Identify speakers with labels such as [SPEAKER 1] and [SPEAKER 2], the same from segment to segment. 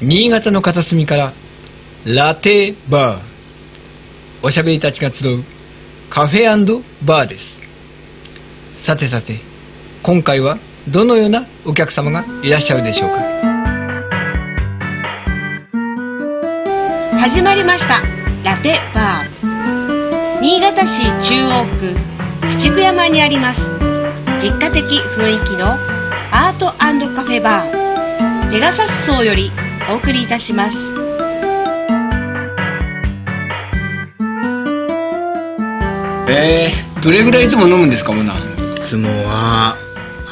[SPEAKER 1] 新潟の片隅からラテバーおしゃべりたちが集うカフェバーですさてさて今回はどのようなお客様がいらっしゃるでしょうか
[SPEAKER 2] 始まりましたラテバー新潟市中央区口久山にあります実家的雰囲気のアートカフェバーペガサス荘よりお送りいたします
[SPEAKER 1] えー、どれぐらいいつも飲むんですかオーナー
[SPEAKER 3] いつもは、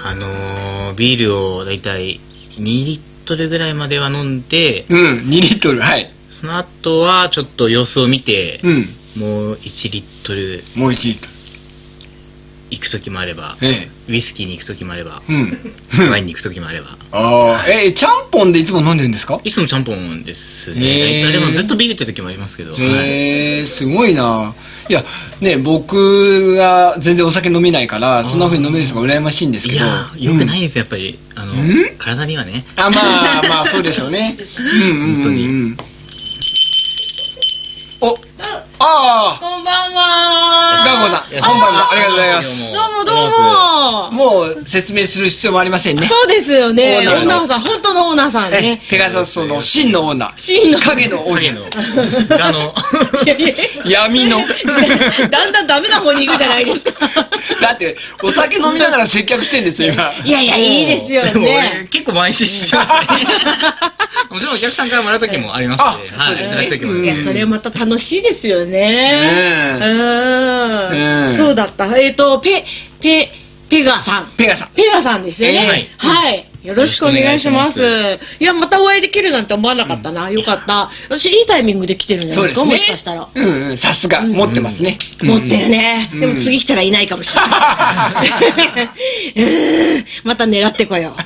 [SPEAKER 3] あのービールをだいたい2リットルぐらいまでは飲んで、
[SPEAKER 1] うん2リットルはい
[SPEAKER 3] その後はちょっと様子を見て、
[SPEAKER 1] うん
[SPEAKER 3] もう1リットル
[SPEAKER 1] もう1リット
[SPEAKER 3] 行く時もあれば、
[SPEAKER 1] ルえ
[SPEAKER 3] ウイスキーに行く時もあれば
[SPEAKER 1] え、うん
[SPEAKER 3] ワインに行く時もあれば、
[SPEAKER 1] ああえー、ちゃんぽんでいつも飲んでるんですか
[SPEAKER 3] いつもちゃんぽんです
[SPEAKER 1] へー
[SPEAKER 3] ね。大体でもずっとビールって時もありますけど、はい
[SPEAKER 1] へえすごいないやね僕が全然お酒飲めないからそんな風に飲める人が羨ましいんですけ
[SPEAKER 3] い
[SPEAKER 1] ど
[SPEAKER 3] やー、よくないです、やっぱり。あの
[SPEAKER 1] うん、
[SPEAKER 3] 体にはね。
[SPEAKER 1] あ、まあまあ、そうでしょう ね。うんうんうんうん。お、あ
[SPEAKER 2] こんばんは
[SPEAKER 1] あ、ガンコさん、こんばんは、ありがとうございます。
[SPEAKER 2] ど
[SPEAKER 3] ど
[SPEAKER 2] うもどうも
[SPEAKER 1] もう説明する必要もありませんね。
[SPEAKER 2] そうですよね
[SPEAKER 1] オーナーの
[SPEAKER 2] オーナーさん本当のオーナーさんね
[SPEAKER 1] えペガサスの真の女、
[SPEAKER 2] 真の
[SPEAKER 1] 影の王
[SPEAKER 3] 影
[SPEAKER 1] 子
[SPEAKER 3] の、裏の。
[SPEAKER 2] いやいや
[SPEAKER 1] 闇の。
[SPEAKER 2] だんだんダメな方に行くじゃないですか
[SPEAKER 1] だって、お酒飲みながら接客してんですよ、今。
[SPEAKER 2] いやいやいいですよ
[SPEAKER 3] でも
[SPEAKER 2] ね
[SPEAKER 3] 俺結構毎週し ますね。もちろんお客さんからもらう時もありますし、
[SPEAKER 1] あそうですね
[SPEAKER 3] はい、いただく時もあり
[SPEAKER 1] うん
[SPEAKER 2] い
[SPEAKER 3] ま
[SPEAKER 2] や、
[SPEAKER 3] す
[SPEAKER 2] それまた楽しいですよ
[SPEAKER 1] ねえ
[SPEAKER 2] ね。
[SPEAKER 1] ね
[SPEAKER 2] う
[SPEAKER 1] え
[SPEAKER 2] ん。そうだった。えっ、と、ペ、ペ、ペガさん。
[SPEAKER 1] ペガさん。
[SPEAKER 2] ペガさんですよね。はい。よろしくお願いします。
[SPEAKER 3] よろしくお
[SPEAKER 2] いや、またお会いできるなんて思わなかったな。よかった。私、いいタイミングで来てるんじゃ
[SPEAKER 1] そ
[SPEAKER 2] な
[SPEAKER 1] う
[SPEAKER 2] い
[SPEAKER 1] で
[SPEAKER 2] です
[SPEAKER 1] す
[SPEAKER 2] かもしかしたら
[SPEAKER 1] ね。。うんうん、さすが、持ってますね。
[SPEAKER 2] 持ってるね。
[SPEAKER 1] うん
[SPEAKER 2] でも次来たらいないかもしれ ない。うんまた狙ってこよ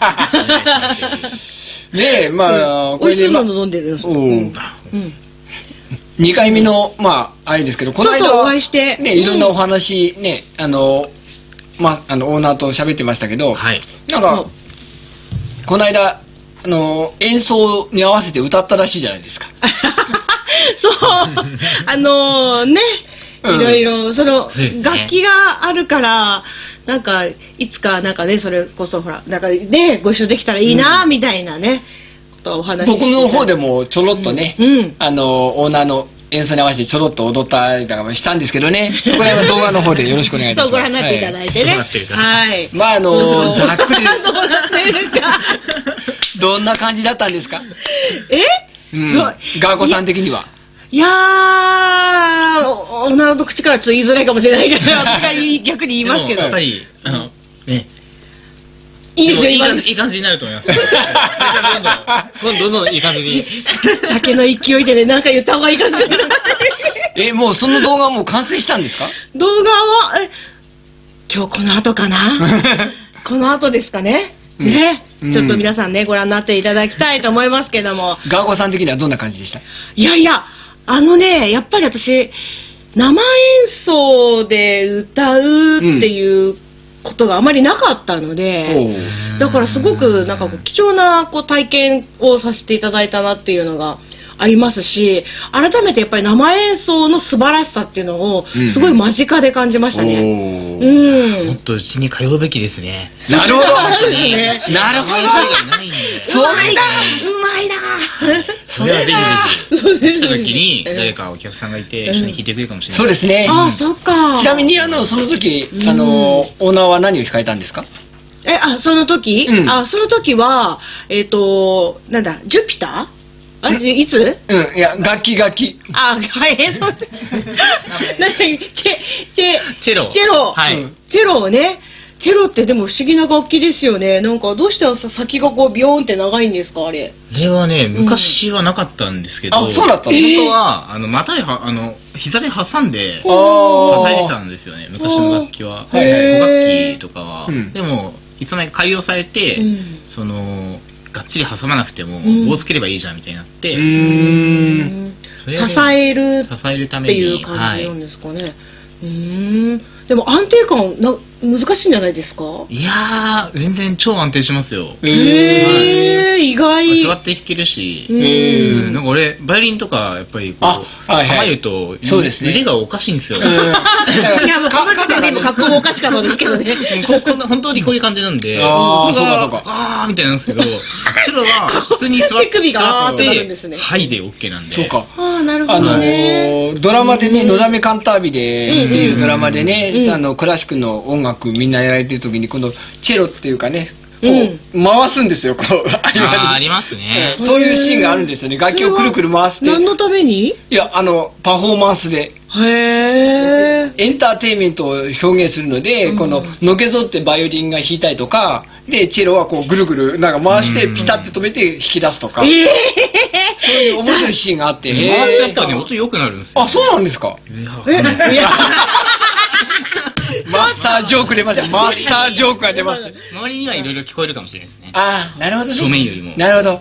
[SPEAKER 2] う。
[SPEAKER 1] ねえ、まあ、
[SPEAKER 2] 美味しい
[SPEAKER 1] ま
[SPEAKER 2] もの飲んでるん です
[SPEAKER 1] おう
[SPEAKER 2] うん
[SPEAKER 1] 2回目の、まあ、あれですけど、この間
[SPEAKER 2] そうそうお
[SPEAKER 1] は、
[SPEAKER 2] 会いして
[SPEAKER 1] ね、いろんなお話、ね、あの、まあ、あの、オーナーと喋ってましたけど、
[SPEAKER 3] はい。
[SPEAKER 1] なんか、この間、あの、演奏に合わせて歌ったらしいじゃないですか。
[SPEAKER 2] そう、あのね、い
[SPEAKER 1] うん
[SPEAKER 2] ろいろ、その、
[SPEAKER 3] そうですね
[SPEAKER 2] 楽器があるから、なんか、いつか、なんかね、それこそ、ほら、なんか、ね、ご一緒できたらいいな、みたいなね、ことをお話しし
[SPEAKER 1] 僕
[SPEAKER 2] て
[SPEAKER 1] の方でもちょろっとね、
[SPEAKER 2] うん。
[SPEAKER 1] あの、オーナーの演奏に合わせてちょろっと踊ったりとかもしたんですけどね、そこら辺は動画の方でよろしくお願いいたしま
[SPEAKER 2] そ
[SPEAKER 1] す。
[SPEAKER 2] う、ご覧になっていただ
[SPEAKER 1] はい
[SPEAKER 2] てね。
[SPEAKER 3] はい
[SPEAKER 2] はい。
[SPEAKER 1] まあ、あの、ざっくり、
[SPEAKER 2] どうなってるか。
[SPEAKER 1] どんな感じだったんですか
[SPEAKER 2] え
[SPEAKER 1] うん。
[SPEAKER 2] どう
[SPEAKER 1] ガーコさん的には。
[SPEAKER 2] いやー、お女の口からちょっと言いづらいかもしれないけ ど、私が言い逆に言いますけ
[SPEAKER 3] でも
[SPEAKER 2] ど
[SPEAKER 3] やっ。ぱり、あの、ね。
[SPEAKER 2] いいですよ、
[SPEAKER 3] でもいい
[SPEAKER 2] 今
[SPEAKER 3] 感
[SPEAKER 2] の
[SPEAKER 3] じ、いい感じになる と思います。めちゃめちゃどんどん、どんどんいい感じに。
[SPEAKER 2] 酒の勢いでね、なんか言った方がいい感じじゃ ない
[SPEAKER 1] え、もうその動画はもう完成したんですか
[SPEAKER 2] 動画は、え今日この後 かなこの後ですかね
[SPEAKER 1] うん
[SPEAKER 2] ね、
[SPEAKER 1] うん
[SPEAKER 2] ちょっと皆さんね、ご覧になっていただきたいと思いますけども。
[SPEAKER 1] ガーコさん的にはどんな感じでした
[SPEAKER 2] いやいや、あのね、やっぱり私、生演奏で歌うっていうことがあまりなかったので、
[SPEAKER 1] おう
[SPEAKER 2] だからすごくなんかこう貴重なこう体験をさせていただいたなっていうのがありますし改めてやっぱり生演奏の素晴らしさっていうのを
[SPEAKER 1] うん
[SPEAKER 2] すごい間近で感じましたね。う
[SPEAKER 1] おー
[SPEAKER 3] もっ
[SPEAKER 2] ん、
[SPEAKER 3] とうちに通うべきです ね。
[SPEAKER 1] なるほ
[SPEAKER 2] そう
[SPEAKER 1] ど
[SPEAKER 2] ですね
[SPEAKER 1] なるほど
[SPEAKER 3] ないんで。
[SPEAKER 1] そうなんだ
[SPEAKER 2] うまいな
[SPEAKER 3] それはぜひぜ
[SPEAKER 2] そうで
[SPEAKER 3] ひ。
[SPEAKER 2] す
[SPEAKER 3] 来た
[SPEAKER 2] ね
[SPEAKER 3] 時に、誰かお客さんがいて、一緒に弾いてくれるかもしれない。
[SPEAKER 1] そうですね。
[SPEAKER 2] ああそっか
[SPEAKER 1] ちなみに、あの、その時、あの、オーナーは何を控えたんですか
[SPEAKER 2] えあその時、
[SPEAKER 1] うん
[SPEAKER 2] あその時はえっ、となんだジュピターあいつ
[SPEAKER 1] うん、いや、楽器楽器。
[SPEAKER 2] あはいそうですなんだっけチェチェ
[SPEAKER 3] チェロ。
[SPEAKER 2] チェロ
[SPEAKER 3] は
[SPEAKER 1] う
[SPEAKER 3] い
[SPEAKER 1] ん。
[SPEAKER 2] チェロをね、チェロってでも不思議な楽器ですよね。なんかどうしてさ先がこうビヨーンって長いんですかあれ。
[SPEAKER 3] これはね、昔はなかったんですけど、
[SPEAKER 1] あそうだったの
[SPEAKER 3] 本当は、あの、股には、あの、膝で挟んで、
[SPEAKER 2] お
[SPEAKER 3] 支
[SPEAKER 2] ー
[SPEAKER 3] えてたんですよね、昔の楽器は。
[SPEAKER 1] おーはいはい
[SPEAKER 3] 5楽器とかは。
[SPEAKER 1] うん
[SPEAKER 3] でも、いつの間に改良されて、
[SPEAKER 2] うん
[SPEAKER 3] その、がっちり挟まなくても
[SPEAKER 2] ん、
[SPEAKER 3] 棒つければいいじゃんみたいになって、
[SPEAKER 1] うーん。
[SPEAKER 3] それはね
[SPEAKER 2] 支える
[SPEAKER 3] 支えるた
[SPEAKER 2] っ
[SPEAKER 3] め
[SPEAKER 2] て
[SPEAKER 3] に、
[SPEAKER 2] いう感じなん
[SPEAKER 3] はい
[SPEAKER 2] ですかね。うーん。でも安定感な難しいんじゃないですか
[SPEAKER 3] いやー、全然超安定しますよ。
[SPEAKER 1] え
[SPEAKER 2] えー、意外。
[SPEAKER 3] 座って弾けるし、
[SPEAKER 2] うん
[SPEAKER 3] うんなんか俺、バイオリンとか、やっぱりこう、
[SPEAKER 1] あはいはい
[SPEAKER 3] 構えると、
[SPEAKER 1] そうですね
[SPEAKER 3] 腕がおかしいんですよ。
[SPEAKER 2] いや、もう、かましたでも格好もおかしかったですけどね。
[SPEAKER 3] ここんな本当にこういう感じなんで、
[SPEAKER 1] あー
[SPEAKER 3] 本当は
[SPEAKER 1] そうかそう
[SPEAKER 3] あーみたいなんで すけど、シロは普通に座っ
[SPEAKER 2] 手首
[SPEAKER 3] て、
[SPEAKER 2] が
[SPEAKER 3] 座っ
[SPEAKER 2] そうなんですね
[SPEAKER 3] て、はいで OK なんで。
[SPEAKER 1] そうか。
[SPEAKER 2] ああ、なるほ
[SPEAKER 1] あ
[SPEAKER 2] ど
[SPEAKER 1] の
[SPEAKER 2] ね。
[SPEAKER 1] ードラマでね、のだめカンタービでっていうドラマで
[SPEAKER 2] うんう
[SPEAKER 1] ね、
[SPEAKER 2] ん
[SPEAKER 1] あの、クラシックの音楽みんなやられてる時に、このチェロっていうかね、こ
[SPEAKER 2] うん
[SPEAKER 1] う、回すんですよ、こう、
[SPEAKER 3] あーあ
[SPEAKER 1] あ
[SPEAKER 3] りますね。
[SPEAKER 1] そういうシーンがあるんですよね。楽器をくるくる回して。
[SPEAKER 2] 何のために
[SPEAKER 1] いや、あの、パフォーマンスで、
[SPEAKER 2] へえ。
[SPEAKER 1] エンターテインメントを表現するので、
[SPEAKER 2] うん
[SPEAKER 1] この、のけぞってバイオリンが弾いたりとか、で、チェロはこう、ぐるぐる、なんか回して
[SPEAKER 3] う、ん
[SPEAKER 1] ピタって止めて弾き出すとか、
[SPEAKER 2] え
[SPEAKER 1] そういう面白いシーンがあって、
[SPEAKER 3] で回すやっぱね、音良くなるんですよ。
[SPEAKER 1] あ、そうなんですか
[SPEAKER 3] いや
[SPEAKER 2] ええいや
[SPEAKER 1] マスタージョーク出ました。マスタージョークが出ました。
[SPEAKER 3] 周りにはいろいろ聞こえるかもしれないですね。
[SPEAKER 1] ああ、なるほどね。
[SPEAKER 3] 正面よりも
[SPEAKER 1] なるほど。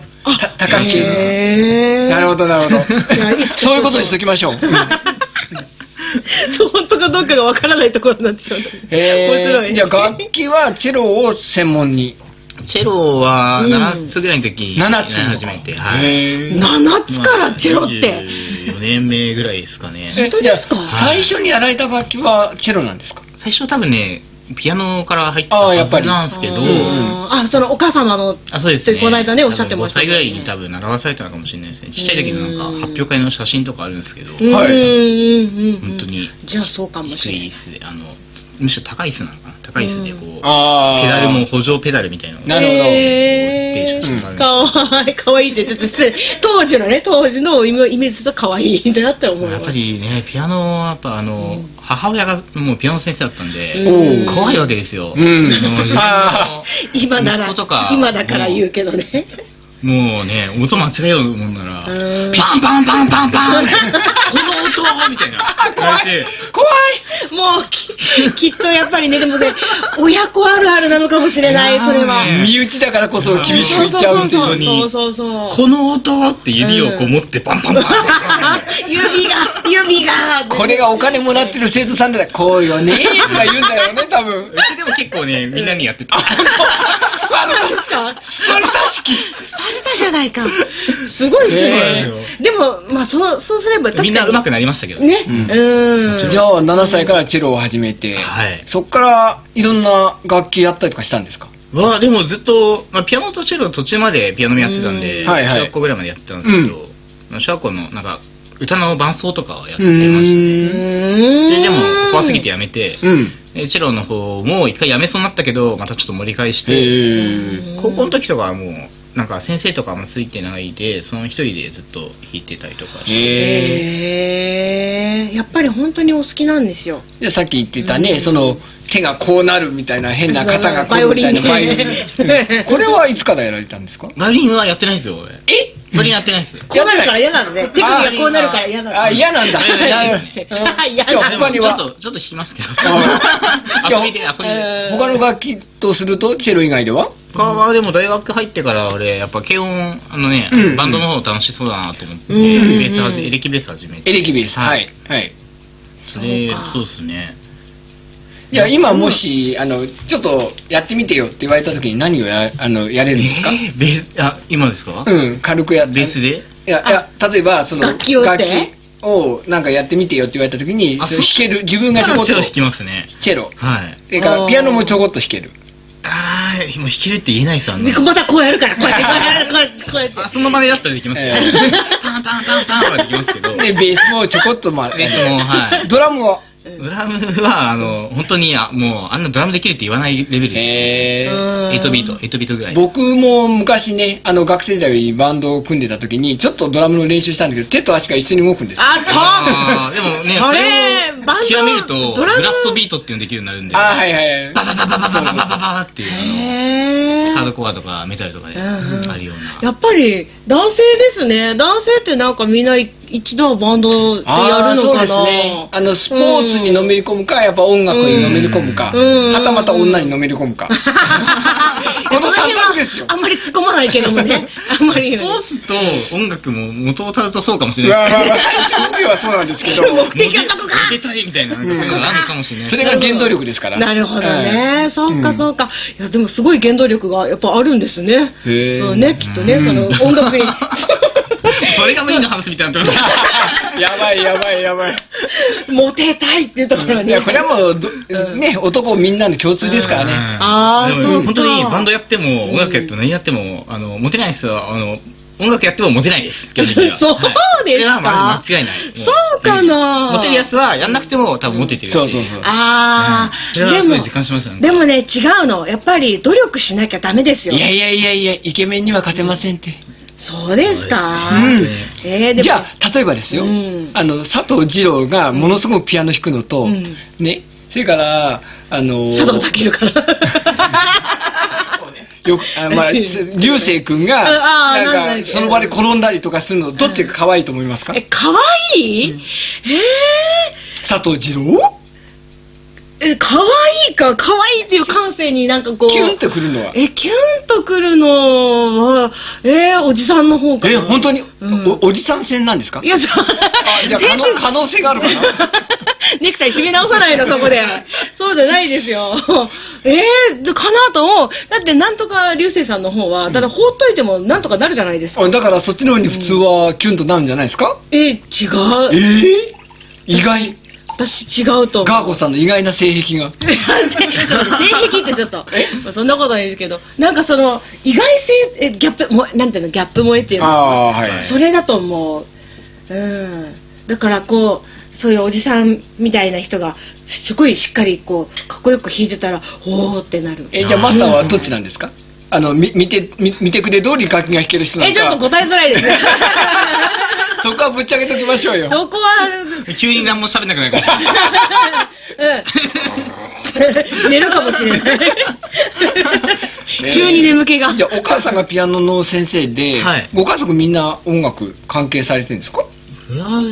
[SPEAKER 1] た高木。
[SPEAKER 2] へえ。
[SPEAKER 1] なるほど、なるほど
[SPEAKER 2] やいいで す。
[SPEAKER 1] そういうことにしときましょう。
[SPEAKER 2] ど。本当かどうかがわからないところなんでしょうね。
[SPEAKER 1] へー
[SPEAKER 2] 面白い。
[SPEAKER 1] じゃあ、楽器はチェロを専門に。
[SPEAKER 3] チェロは
[SPEAKER 2] うん
[SPEAKER 3] 7つぐらいの時に
[SPEAKER 1] 7つ
[SPEAKER 3] やり
[SPEAKER 1] の
[SPEAKER 3] 始
[SPEAKER 1] か。
[SPEAKER 3] めて、はい。
[SPEAKER 1] へー
[SPEAKER 2] 7つからチェロって。
[SPEAKER 3] 4年目ぐらいですかね。
[SPEAKER 1] え
[SPEAKER 2] 当ですか
[SPEAKER 1] じゃあ最初にやられた楽器はチェロなんですか
[SPEAKER 3] 最初多分ね、ピアノから入った
[SPEAKER 1] あー
[SPEAKER 3] は
[SPEAKER 1] やっぱ
[SPEAKER 3] ず
[SPEAKER 1] り
[SPEAKER 3] なんですけ
[SPEAKER 1] う
[SPEAKER 3] ど、
[SPEAKER 1] ん
[SPEAKER 2] あーあ、そのお母様の。
[SPEAKER 3] あ、そうです
[SPEAKER 2] で
[SPEAKER 3] ね。
[SPEAKER 2] この間ねおっしゃってました
[SPEAKER 3] 多
[SPEAKER 2] ね
[SPEAKER 3] 分5歳ぐらいに多分習わされたのかもしれないですね。ちっちゃい時のなん
[SPEAKER 2] う
[SPEAKER 3] か
[SPEAKER 2] ん
[SPEAKER 3] 発表会の写真とかあるんですけど、
[SPEAKER 2] うん
[SPEAKER 1] はい
[SPEAKER 2] うんうんうん
[SPEAKER 3] 本当に
[SPEAKER 2] じゃあそうかもし
[SPEAKER 3] 低
[SPEAKER 2] れないい。
[SPEAKER 3] 椅子で、あの、むしろ高い椅子なのかな高い椅子でこう、
[SPEAKER 1] あ
[SPEAKER 3] ペダルも。補助ペダルみたいなの
[SPEAKER 1] なるほど
[SPEAKER 2] へ
[SPEAKER 1] うん
[SPEAKER 2] ーかわいい、かわいいって、ちょっと失礼。当時のね、当時のイメイメージとかわいいなって思います。
[SPEAKER 3] やっぱりね、ピアノはやっぱあの、
[SPEAKER 2] うん
[SPEAKER 3] 母親がもうピアノ先生だったんで、
[SPEAKER 2] うん
[SPEAKER 3] 怖いわけですよ。
[SPEAKER 1] うん
[SPEAKER 3] もう
[SPEAKER 1] あ
[SPEAKER 2] 今なら
[SPEAKER 3] 息子とか、
[SPEAKER 2] 今だから言うけどね。
[SPEAKER 3] もうね、音間違えようもんなら、
[SPEAKER 2] うん
[SPEAKER 3] パンパンパンパンパン この音はみたいな。言われて
[SPEAKER 2] 怖いもうき、きっとやっぱりね、でもね、親子あるあるなのかもしれない、
[SPEAKER 3] いやー
[SPEAKER 2] それは。
[SPEAKER 3] ね
[SPEAKER 1] 身内だからこそ厳しくいっちゃうっていう
[SPEAKER 2] そ
[SPEAKER 1] の
[SPEAKER 2] う
[SPEAKER 1] に。
[SPEAKER 2] そうそうそうそう。
[SPEAKER 3] この音って指をこう持ってパンパンパンパン。
[SPEAKER 2] 指が、指が。
[SPEAKER 1] これがお金もらってる生徒さんだから、こうよね、とか言うんだよね、多分
[SPEAKER 3] う。ちでも結構ね、みんなにやってた。
[SPEAKER 2] なんか、
[SPEAKER 1] スパルタ式。
[SPEAKER 2] スパルタじゃないか。すごいですね
[SPEAKER 3] そうなんです。
[SPEAKER 2] でも、まあ、そう、そうすれば確かに。
[SPEAKER 3] みんな上手くなりましたけど。
[SPEAKER 2] ね。
[SPEAKER 1] う
[SPEAKER 2] うんん。
[SPEAKER 1] じゃあ、7歳からチェロを始めて、
[SPEAKER 3] はい
[SPEAKER 1] そっからいろんな楽器やったりとかしたんですか
[SPEAKER 3] わあでもずっと、まあ、ピアノとチェロ途中までピアノもやってたんで、
[SPEAKER 2] うん
[SPEAKER 1] はいはい
[SPEAKER 3] 小学校ぐらいまでやってたんですけど、まあ小学校のなんか歌の伴奏とかはやってました
[SPEAKER 2] う
[SPEAKER 3] ね。
[SPEAKER 1] ーん。
[SPEAKER 2] ん。
[SPEAKER 3] ででも怖すぎてやめて、
[SPEAKER 1] うん。
[SPEAKER 3] でチェロの方も一回やめそうになったけど、またちょっと盛り返して、
[SPEAKER 1] へー。
[SPEAKER 3] 高校の時とかはもう、なんか先生とかもついてないで、その一人でずっと弾いてたりとかして。
[SPEAKER 1] へー。
[SPEAKER 2] へえ。やっぱり本当にお好きなんですよ。
[SPEAKER 1] で、さっき言ってたね、その、手がこうなるみたいな変な型がこうみたいな
[SPEAKER 2] バ
[SPEAKER 1] バ
[SPEAKER 2] イ
[SPEAKER 1] イ
[SPEAKER 2] オ
[SPEAKER 1] オリ
[SPEAKER 2] リン
[SPEAKER 1] ン
[SPEAKER 2] ね
[SPEAKER 1] うんこれはいつからやられたんですか
[SPEAKER 3] バイオリンはやってないですよ、俺。えバイオリンやってないです。
[SPEAKER 2] こうなるから嫌なのね。手首がこうなるから嫌なの
[SPEAKER 1] あ、嫌なんだ。なる
[SPEAKER 2] あ嫌
[SPEAKER 1] じゃあ
[SPEAKER 2] な
[SPEAKER 3] で
[SPEAKER 2] の
[SPEAKER 3] も
[SPEAKER 1] 他には
[SPEAKER 3] ちょっと、ちょっと弾きますけど。
[SPEAKER 1] い
[SPEAKER 3] 遊びで、遊びで。
[SPEAKER 2] うん
[SPEAKER 1] 他の楽器とすると、チェロ以外では
[SPEAKER 3] 他はでも大学入ってから俺、やっぱ軽音、あのね、
[SPEAKER 1] うん
[SPEAKER 3] バンドの方楽しそうだなと思って、
[SPEAKER 2] うんうん
[SPEAKER 3] ベースはエレキベース始めて。
[SPEAKER 1] エレキベース。はい。。はい。
[SPEAKER 3] それ
[SPEAKER 2] そうか
[SPEAKER 3] そうですね。
[SPEAKER 1] いや、今もし、あの、ちょっとやってみてよって言われた時に何をや、あの、やれるんですか、
[SPEAKER 3] えーベース、あ、今ですか、
[SPEAKER 1] うん、軽くやって。
[SPEAKER 3] ベースで
[SPEAKER 1] いや、いや、例えば、その、
[SPEAKER 2] 楽器をって
[SPEAKER 1] 器をなんかやってみてよって言われた時に、
[SPEAKER 3] あ
[SPEAKER 1] そ
[SPEAKER 3] そう
[SPEAKER 1] れ弾ける、自分がちょこっ
[SPEAKER 3] チ
[SPEAKER 1] と
[SPEAKER 3] ェロ、弾きますね。
[SPEAKER 1] チェロ。
[SPEAKER 3] はい。
[SPEAKER 1] それか
[SPEAKER 2] あ
[SPEAKER 1] ら、
[SPEAKER 2] ー
[SPEAKER 1] ピアノもちょこっと弾ける。
[SPEAKER 3] あー、もう弾けるって言えないですあんな
[SPEAKER 2] でまたこうやるから、こうやって、こうやって、こうやって、こうや
[SPEAKER 3] あ
[SPEAKER 2] っ、て。
[SPEAKER 3] その真似だったらできます
[SPEAKER 1] え
[SPEAKER 3] ね。パンパンパンパンはできますけど。
[SPEAKER 1] で、
[SPEAKER 3] ベ
[SPEAKER 1] ベースもちょこっと、まあ、
[SPEAKER 3] ースも、はい。
[SPEAKER 1] ドラムは、
[SPEAKER 3] ドラムは、あの、本当に、あもう、あんなドラムできるって言わないレベルで
[SPEAKER 1] えー、
[SPEAKER 3] す。8ビート、8ビートぐらい。
[SPEAKER 1] 僕も昔ね、あの学生時代にバンドを組んでた時に、ちょっとドラムの練習したんだけど、手と足が一緒に動くんですよ。
[SPEAKER 2] あ
[SPEAKER 3] あーでもね、
[SPEAKER 2] それ
[SPEAKER 3] を
[SPEAKER 2] バンド
[SPEAKER 3] 極めると、
[SPEAKER 2] ド
[SPEAKER 3] ブ
[SPEAKER 2] ラ
[SPEAKER 3] ラ
[SPEAKER 2] ム
[SPEAKER 3] ストビートっていうのできるようになるんで、
[SPEAKER 1] あー、
[SPEAKER 3] バ
[SPEAKER 1] はいはいはい。
[SPEAKER 3] ババババババババババって
[SPEAKER 2] と
[SPEAKER 3] いう、
[SPEAKER 2] へ
[SPEAKER 3] あの、ハード
[SPEAKER 2] ー
[SPEAKER 3] コアとかメタルとかで
[SPEAKER 2] うんうん
[SPEAKER 3] あるよう
[SPEAKER 2] や
[SPEAKER 3] な。
[SPEAKER 2] っぱり男性ですね。男性ってなんかみんな一度はバンドでや
[SPEAKER 1] あ
[SPEAKER 2] る
[SPEAKER 1] ー
[SPEAKER 2] の
[SPEAKER 1] そう
[SPEAKER 2] か
[SPEAKER 1] です
[SPEAKER 2] な。
[SPEAKER 1] ね。あの、スポーツにのめり込むか、やっぱ音楽にのめり込むか、
[SPEAKER 2] うん
[SPEAKER 1] はたまた女にのめり込む か。この三択ですよ
[SPEAKER 2] あ。んまり突っ込まないけどもね。あんまり。
[SPEAKER 3] スポーツと音楽も元をたるとそうかもしれ
[SPEAKER 1] ま
[SPEAKER 3] な
[SPEAKER 1] あ
[SPEAKER 3] い
[SPEAKER 1] まあまあ、僕はそうなんですけど、
[SPEAKER 2] 目的はそこか
[SPEAKER 3] モテたさいみたいな、なん
[SPEAKER 2] う
[SPEAKER 3] か
[SPEAKER 2] ん
[SPEAKER 3] そういうのがあるのかもしれない。
[SPEAKER 1] それが原動力ですから。
[SPEAKER 2] なるほどね。そっ
[SPEAKER 1] う
[SPEAKER 2] か
[SPEAKER 1] ん
[SPEAKER 2] そっか。いや、でもすごい原動力がやっぱあるんですね。
[SPEAKER 1] へえ
[SPEAKER 2] そうね、きっとね、
[SPEAKER 3] うん
[SPEAKER 2] その音楽に。
[SPEAKER 3] それがメインの話みたいになってます。
[SPEAKER 1] やばいやばいやばい。
[SPEAKER 2] モテたいっていうところ
[SPEAKER 1] い
[SPEAKER 2] に。
[SPEAKER 1] や、これはもうど、ね、男みんなの共通ですからね。
[SPEAKER 2] あー
[SPEAKER 3] でも
[SPEAKER 2] そうか
[SPEAKER 3] 本当にバンドやっても、音楽やっても何やっても、あの、モテない人は、あの、音楽やってもモテないです。 基本的には
[SPEAKER 2] そう
[SPEAKER 3] はい
[SPEAKER 2] ですか
[SPEAKER 3] それはまあ間違いない。も
[SPEAKER 2] そうかな
[SPEAKER 3] うんモテるやつはやんなくても多分モテてるし。
[SPEAKER 1] そうそうそう。
[SPEAKER 2] あ
[SPEAKER 3] うんそれは
[SPEAKER 2] ー、
[SPEAKER 3] すごい実感しましたね
[SPEAKER 2] でもね、違うの。やっぱり努力しなきゃダメですよ
[SPEAKER 1] い。やいやいやいや、イケメンには勝てませんって。
[SPEAKER 2] そうですか
[SPEAKER 1] そうです
[SPEAKER 3] ね
[SPEAKER 2] えー、でも。
[SPEAKER 1] じゃあ、例えばですよ、
[SPEAKER 2] うん
[SPEAKER 1] あの、佐藤二郎がものすごくピアノ弾くのと、
[SPEAKER 2] うん
[SPEAKER 1] ね、それから、あのー
[SPEAKER 2] 佐藤健から。
[SPEAKER 1] よく、あ まあ、流星君が、
[SPEAKER 2] ああな
[SPEAKER 1] なんん
[SPEAKER 2] だ
[SPEAKER 1] か、その場で転んだりとかするの、どっちが可愛いと思いますか
[SPEAKER 2] え、可愛いえ
[SPEAKER 1] 佐藤二郎
[SPEAKER 2] ー、え、可愛いか、可愛いっていう感性になんかこう。
[SPEAKER 1] キュンってくるのは。
[SPEAKER 2] え、キュンとくるのは、えー、おじさんの方かな。
[SPEAKER 1] え、本当に、
[SPEAKER 2] うん
[SPEAKER 1] お、おじさん戦なんですか
[SPEAKER 2] いや、そう。
[SPEAKER 1] あ じゃあ可能、可能性があるかな
[SPEAKER 2] ネクタイ締め直さないの、そこで。そうじゃないですよ。えー、かなと思う。だって、なんとか流星さんの方は、ただ放っといてもなんとかなるじゃないですか。
[SPEAKER 1] あだからそっちの方に普通はキュンとなるんじゃないですか、
[SPEAKER 2] えー、違
[SPEAKER 1] え
[SPEAKER 2] う。
[SPEAKER 1] え意外
[SPEAKER 2] 私違うと思う。
[SPEAKER 1] ガーコさんの意外な性癖が
[SPEAKER 2] 性癖ってち ょっと、そんなことないですけど、なんかその、意外性、えギャップ、もなんていうの、ギャップ萌えっていうの
[SPEAKER 1] ああ
[SPEAKER 3] はい
[SPEAKER 2] それだと思う。うん。だからこう、そういうおじさんみたいな人が、すごいしっかりこう、かっこよく弾いてたら、おーってなる。
[SPEAKER 1] えじゃあマスターはどっちなんですかあのみ見てみ見てくれ通り楽器が弾ける人な
[SPEAKER 2] え、
[SPEAKER 1] ん
[SPEAKER 2] ちょっと
[SPEAKER 1] か
[SPEAKER 2] 答えづらいですね。
[SPEAKER 1] そこはぶっちゃけときましょうよ
[SPEAKER 2] そこは、
[SPEAKER 3] 急に何も喋んなくなるから。
[SPEAKER 2] うん。寝るかもしれない。
[SPEAKER 1] ねえ
[SPEAKER 2] 急に眠気が。
[SPEAKER 1] じゃあお母さんがピアノの先生で、
[SPEAKER 3] はい
[SPEAKER 1] ご家族みんな音楽関係されてるんですか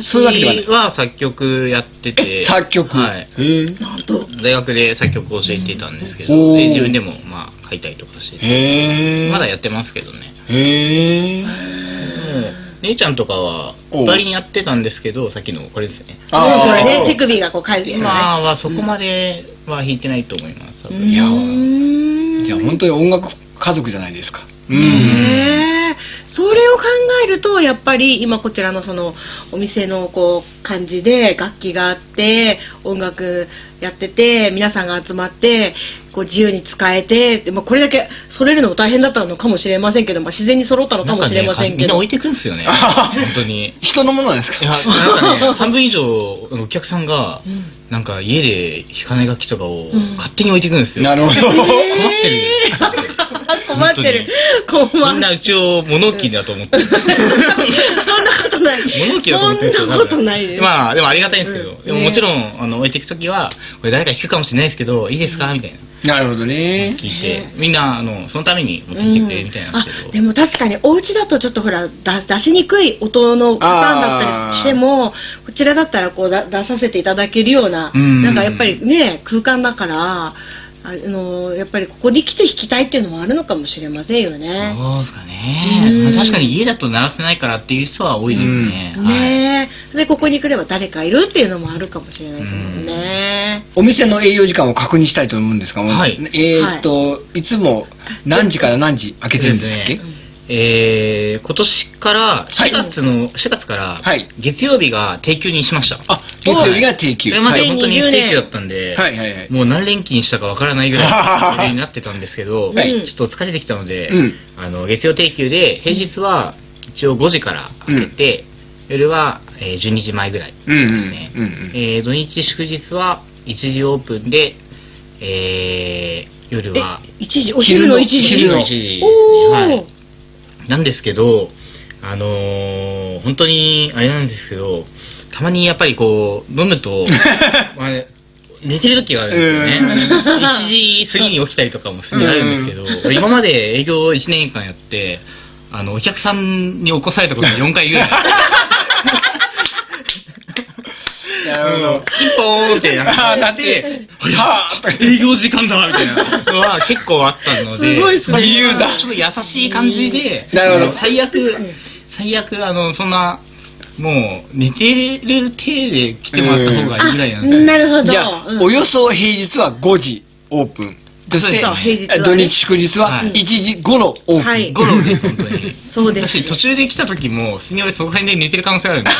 [SPEAKER 3] それだけではない。は作曲やってて。
[SPEAKER 1] 作曲
[SPEAKER 3] はい。
[SPEAKER 1] へえ
[SPEAKER 2] なんと。
[SPEAKER 3] 大学で作曲を教えていたんですけ
[SPEAKER 1] お
[SPEAKER 3] ど、
[SPEAKER 1] ー
[SPEAKER 3] で自分でもまあ書いたりとかしてて、
[SPEAKER 1] へえ
[SPEAKER 3] まだやってますけどね。
[SPEAKER 1] へえ
[SPEAKER 3] もう姉ちゃんとかは
[SPEAKER 1] おう
[SPEAKER 3] バリにやってたんですけど、さっきのこれですね。
[SPEAKER 2] うんこれね、手
[SPEAKER 1] ー
[SPEAKER 2] 首がこう返るやつね。
[SPEAKER 3] 今はそこまでは弾いてないと思います。多分
[SPEAKER 1] や
[SPEAKER 2] うーん
[SPEAKER 1] じゃあ本当に音楽家族じゃないですかう
[SPEAKER 2] ねえそれを考えるとやっぱり今こちらのそのお店のこう感じで楽器があって音楽やってて皆さんが集まってこう自由に使えてで、まあ、これだけ揃えるのも大変だったのかもしれませんけど、まあ、自然に揃ったのかもしれません
[SPEAKER 3] み
[SPEAKER 2] け
[SPEAKER 3] んな
[SPEAKER 2] ど
[SPEAKER 3] 置いてくんですよね。
[SPEAKER 1] あー
[SPEAKER 3] 本当に。
[SPEAKER 1] 人のものなんですか
[SPEAKER 3] いや、な んかね、半分以上お客さんが
[SPEAKER 2] う、ん
[SPEAKER 3] なんか家で弾かない楽器とかを
[SPEAKER 2] うん
[SPEAKER 3] 勝手に置いてくんですよ。
[SPEAKER 1] なるほど
[SPEAKER 3] 困ってる。
[SPEAKER 2] 困ってる困 ってる
[SPEAKER 3] み んなうちを物置だと思ってる。
[SPEAKER 2] そんなことない
[SPEAKER 3] 物置だと思ってるんです
[SPEAKER 2] そ
[SPEAKER 3] よ。
[SPEAKER 2] んなことないです、
[SPEAKER 3] まあ、でもありがたいんですけど、
[SPEAKER 2] うん
[SPEAKER 3] でも
[SPEAKER 2] ね
[SPEAKER 3] もちろん、あの、置いていくときは、これ誰か弾くかもしれないですけど、いいですかみたいな。
[SPEAKER 1] なるほどね
[SPEAKER 3] 聞い
[SPEAKER 2] ね
[SPEAKER 3] て、みんな、あの、そのために持ってきてくれるみたいなんです
[SPEAKER 2] うんあ
[SPEAKER 3] け
[SPEAKER 2] で
[SPEAKER 3] ど。
[SPEAKER 2] も確かにお家だとちょっとほら出出しにくい音のパターンだったりしてもこちらだったらこうだ出させていただけるような、
[SPEAKER 3] うん
[SPEAKER 2] なんかやっぱりね空間だからあのやっぱりここに来て弾きたいっていうのもあるのかもしれませんよね。
[SPEAKER 3] そうですかね
[SPEAKER 2] うん。
[SPEAKER 3] まあ確かに家だと鳴らせないからっていう人は多いですね。はい
[SPEAKER 2] ねえ、それでここに来れば誰かいるっていうのもあるかもしれないですもんね。
[SPEAKER 1] お店の営業時間を確認したいと思うんですが、
[SPEAKER 3] はい
[SPEAKER 1] えーっと、い、つも何時から何時開けてるんでしたっけ、
[SPEAKER 3] ですねえー、今年から、
[SPEAKER 1] はい
[SPEAKER 3] 4月の、4月から
[SPEAKER 1] はい、
[SPEAKER 3] 月曜日が定休にしました。
[SPEAKER 1] あ、月曜日が定
[SPEAKER 3] そ
[SPEAKER 1] 休。
[SPEAKER 3] れまで本当に
[SPEAKER 2] 2020
[SPEAKER 3] 不定
[SPEAKER 2] 年
[SPEAKER 3] 休だったんで、
[SPEAKER 1] はいはいはい。
[SPEAKER 3] もう何連勤したかわからない ぐらいのになってたんですけど、
[SPEAKER 1] はい
[SPEAKER 3] ちょっと疲れてきたので、
[SPEAKER 1] うん
[SPEAKER 3] あの月曜定休で平日は一応5時から開けて、夜は、えー12時前ぐらい、
[SPEAKER 1] うんうん
[SPEAKER 3] ね
[SPEAKER 1] うん うん。
[SPEAKER 3] えー土日祝日は1時オープンで、えー夜
[SPEAKER 2] え
[SPEAKER 3] は、
[SPEAKER 2] 一時、お昼の一時。
[SPEAKER 3] 昼の
[SPEAKER 1] お
[SPEAKER 3] 1時ですね、
[SPEAKER 2] おー
[SPEAKER 3] はい、なんですけどあのー本当にあれなんですけどたまにやっぱりこう飲 むとまあね寝てる時があるんですよ
[SPEAKER 2] うん
[SPEAKER 3] ね。1時過ぎに起きたりとかも普通にあるんですけど、俺今まで営業1年間やって、あの、お客さんに起こされたことが4回ぐらい。
[SPEAKER 1] なるほど。
[SPEAKER 3] ピンポーンってなんか
[SPEAKER 1] あーなって、
[SPEAKER 3] はぁ営業時間だみたいなのは結構あったので、
[SPEAKER 2] すごいっすね
[SPEAKER 3] 自由だ。ちょっと優しい感じで、
[SPEAKER 1] なるほど
[SPEAKER 3] 最悪、最悪、あの、そんな、もう、寝てれる体で来てもらった方がいいぐらいなん
[SPEAKER 2] あ
[SPEAKER 3] で。
[SPEAKER 2] なるほど。
[SPEAKER 1] じゃあ、
[SPEAKER 2] うん
[SPEAKER 1] およそ平日は5時オープン。そして、
[SPEAKER 3] そう平
[SPEAKER 2] 日はね
[SPEAKER 1] 土日祝日は
[SPEAKER 3] はい
[SPEAKER 1] 1時頃オープン。
[SPEAKER 2] はい
[SPEAKER 3] ゴロです、本当に。
[SPEAKER 2] そうです
[SPEAKER 3] だし、途中で来た時も、普通に俺そこら辺で寝てる可能性あ るんで。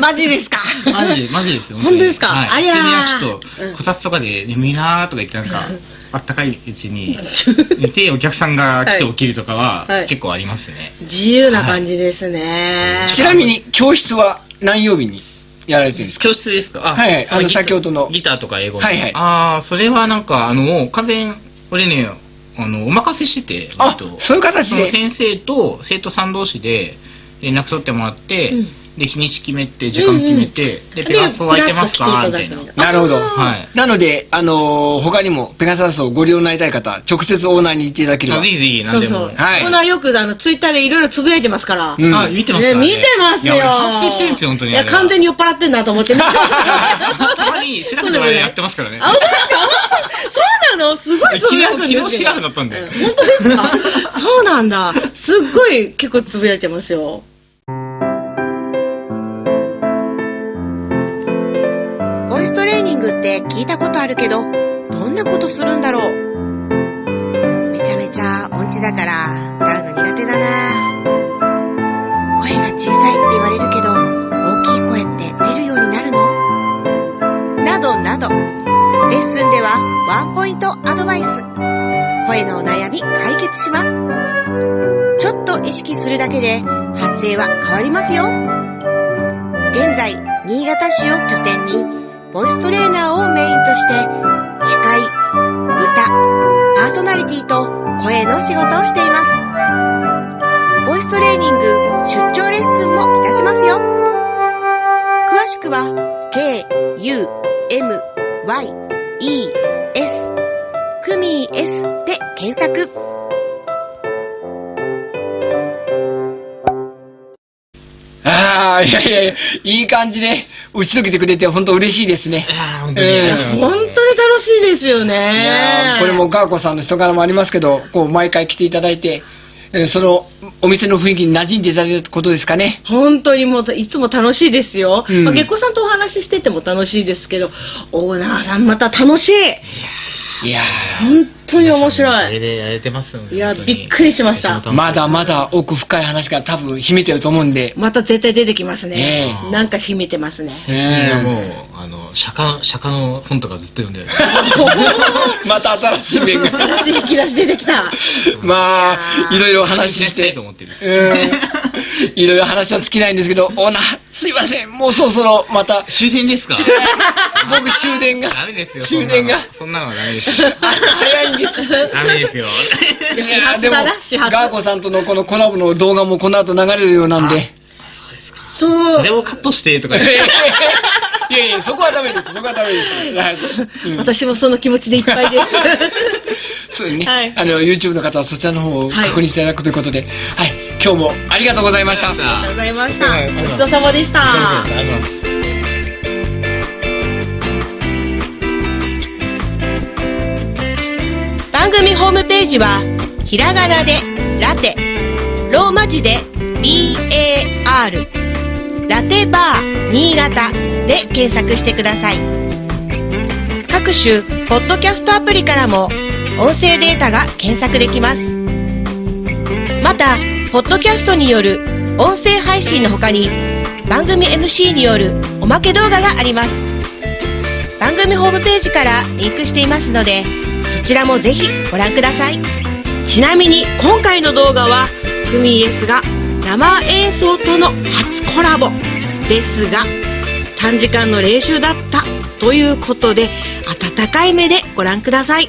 [SPEAKER 2] マジですか。
[SPEAKER 3] マジで、マジですよ。
[SPEAKER 2] 本当ですか
[SPEAKER 3] はい、
[SPEAKER 2] ありゃー
[SPEAKER 3] 普通にちょっと、こたつとかで眠いなーとか言って、なんか、あったかいうち に、寝てお客さんが来て起きるとかは、
[SPEAKER 2] はい
[SPEAKER 3] 結構ありますね。
[SPEAKER 2] 自由な感じですね。
[SPEAKER 1] ちなみに、教室は何曜日にやられてるんですか
[SPEAKER 3] 教室ですかあ
[SPEAKER 1] はいはい
[SPEAKER 3] そ
[SPEAKER 1] あの
[SPEAKER 3] ギター
[SPEAKER 1] 先ほどの
[SPEAKER 3] ギターとか英語の。
[SPEAKER 1] はいはい
[SPEAKER 3] ああ、それはなんか、あの、もう完全、俺ね、あの、お任せしてて、
[SPEAKER 1] あ
[SPEAKER 3] 割と、
[SPEAKER 1] そういう形
[SPEAKER 3] その
[SPEAKER 1] で。
[SPEAKER 3] 先生と生徒さん同士で連絡取ってもらって、
[SPEAKER 2] うん
[SPEAKER 3] で、日にち決めて、時間決めて、で、ペガソ空いてますかみたいな。
[SPEAKER 2] あ
[SPEAKER 1] なるほど。
[SPEAKER 3] はい。
[SPEAKER 1] なので、あのー他にもペガサスをご利用になりたい方は、直接オーナーに行っていただけれ
[SPEAKER 3] あ
[SPEAKER 1] ば
[SPEAKER 3] ぜ。ひぜひ、
[SPEAKER 2] そ
[SPEAKER 3] 何
[SPEAKER 2] う
[SPEAKER 3] で
[SPEAKER 2] そ
[SPEAKER 3] も
[SPEAKER 2] う。。
[SPEAKER 1] はい
[SPEAKER 2] オーナーよくあのツイッターでいろいろつぶやいてますから。
[SPEAKER 1] うん
[SPEAKER 3] あ、見てますか
[SPEAKER 2] ね、
[SPEAKER 3] ら
[SPEAKER 2] 見てますよ。
[SPEAKER 3] いや、俺反省してるんですよ、本当に。
[SPEAKER 2] いや、完全
[SPEAKER 3] に。
[SPEAKER 2] に酔っ払ってんなと思って。
[SPEAKER 3] たまに、シラフの間やってますからね。
[SPEAKER 2] あ、本当ですかそうなのすごいつぶやくんですけど
[SPEAKER 3] 昨日昨日シラフだったんだよ
[SPEAKER 2] う本当ですかそうなんだ。すっごい結構つぶやいてますよ。
[SPEAKER 4] ボイストレーニングって聞いたことあるけど、どんなことするんだろうめちゃめちゃ音痴だから、歌うの苦手だな声が小さいって言われるけど、大きい声って出るようになるのなどなど、レッスンではワンポイントアドバイス。声のお悩み解決します。ちょっと意識するだけで発声は変わりますよ。現在、新潟市を拠点に、ボイストレーナーをメインとして、司会、歌、パーソナリティと声の仕事をしています。ボイストレーニング、出張レッスンもいたしますよ。詳しくは、k, u, m, y, e, s, クミー s で検索。
[SPEAKER 1] ああ、いやいやいや、いい感じで、打ち解けてくれて、本当嬉しいですね。
[SPEAKER 3] あー本
[SPEAKER 1] え
[SPEAKER 2] 本当に楽しいですよ
[SPEAKER 1] いや
[SPEAKER 2] ね
[SPEAKER 1] ー。これもガーコさんの人柄もありますけど、こう、毎回来ていただいて、えーその、お店の雰囲気に馴染んでいただいたことですかね。
[SPEAKER 2] 本当にもういつも楽しいですよ。
[SPEAKER 1] うん
[SPEAKER 2] まあ、月光さんとお話ししてても楽しいですけど、オーナーさんまた楽しい。
[SPEAKER 1] いや
[SPEAKER 2] 本当に面白
[SPEAKER 3] それ
[SPEAKER 2] い。
[SPEAKER 3] でやれてますよね
[SPEAKER 2] いや
[SPEAKER 3] 本当に
[SPEAKER 2] びっくりしました
[SPEAKER 1] ー、まだまだ奥深い話が多分秘めてると思うんで、
[SPEAKER 2] また絶対出てきますね。
[SPEAKER 1] え
[SPEAKER 3] え
[SPEAKER 2] なんか秘めてますね。
[SPEAKER 1] え
[SPEAKER 3] いや、
[SPEAKER 1] ー、
[SPEAKER 3] もう、あの、釈迦、釈迦の本とかずっと読んでる。
[SPEAKER 1] また新しい面 が。
[SPEAKER 2] 新しい引き出し出てきた。
[SPEAKER 1] まあ、いろいろ話し
[SPEAKER 3] して いと、思ってる。
[SPEAKER 1] うん、いろいろ話は尽きないんですけど、オーナー、すいません、もうそろそろまた、
[SPEAKER 3] 終電ですか
[SPEAKER 1] 僕終電 が、
[SPEAKER 3] ダメですよ。
[SPEAKER 1] 終電が
[SPEAKER 3] そんなのそんなのはダメです。
[SPEAKER 2] 早いんです。
[SPEAKER 3] ダメ ですよ。
[SPEAKER 1] いやでも、
[SPEAKER 2] 始発だな始発
[SPEAKER 1] ガーコさんとのこのコラボの動画もこの後流れるようなんで、
[SPEAKER 2] そ
[SPEAKER 3] そうれ。をカットしてとか
[SPEAKER 1] い
[SPEAKER 3] 言って。
[SPEAKER 1] や いや、そこはダメです。そこはダメです。はいうん
[SPEAKER 2] 私もその気持ちでいっぱ いです。
[SPEAKER 1] そうですね、
[SPEAKER 2] はい
[SPEAKER 1] あの、YouTube の方はそちらの方を
[SPEAKER 2] はい
[SPEAKER 1] 確認していただくということで、はい、今日もありがとうございました。
[SPEAKER 2] ありがとうございました。
[SPEAKER 1] はい
[SPEAKER 2] ごちそうさまでした。番組ホームページはひらがなでラテローマ字で BAR ラテバー新潟で検索してください各種ポッドキャストアプリからも音声データが検索できますまたポッドキャストによる音声配信の他に番組 MC によるおまけ動画があります番組ホームページからリンクしていますのでそちらもぜひご覧くださいちなみに今回の動画はクミイエスが生演奏との初コラボですが短時間の練習だったということで温かい目でご覧ください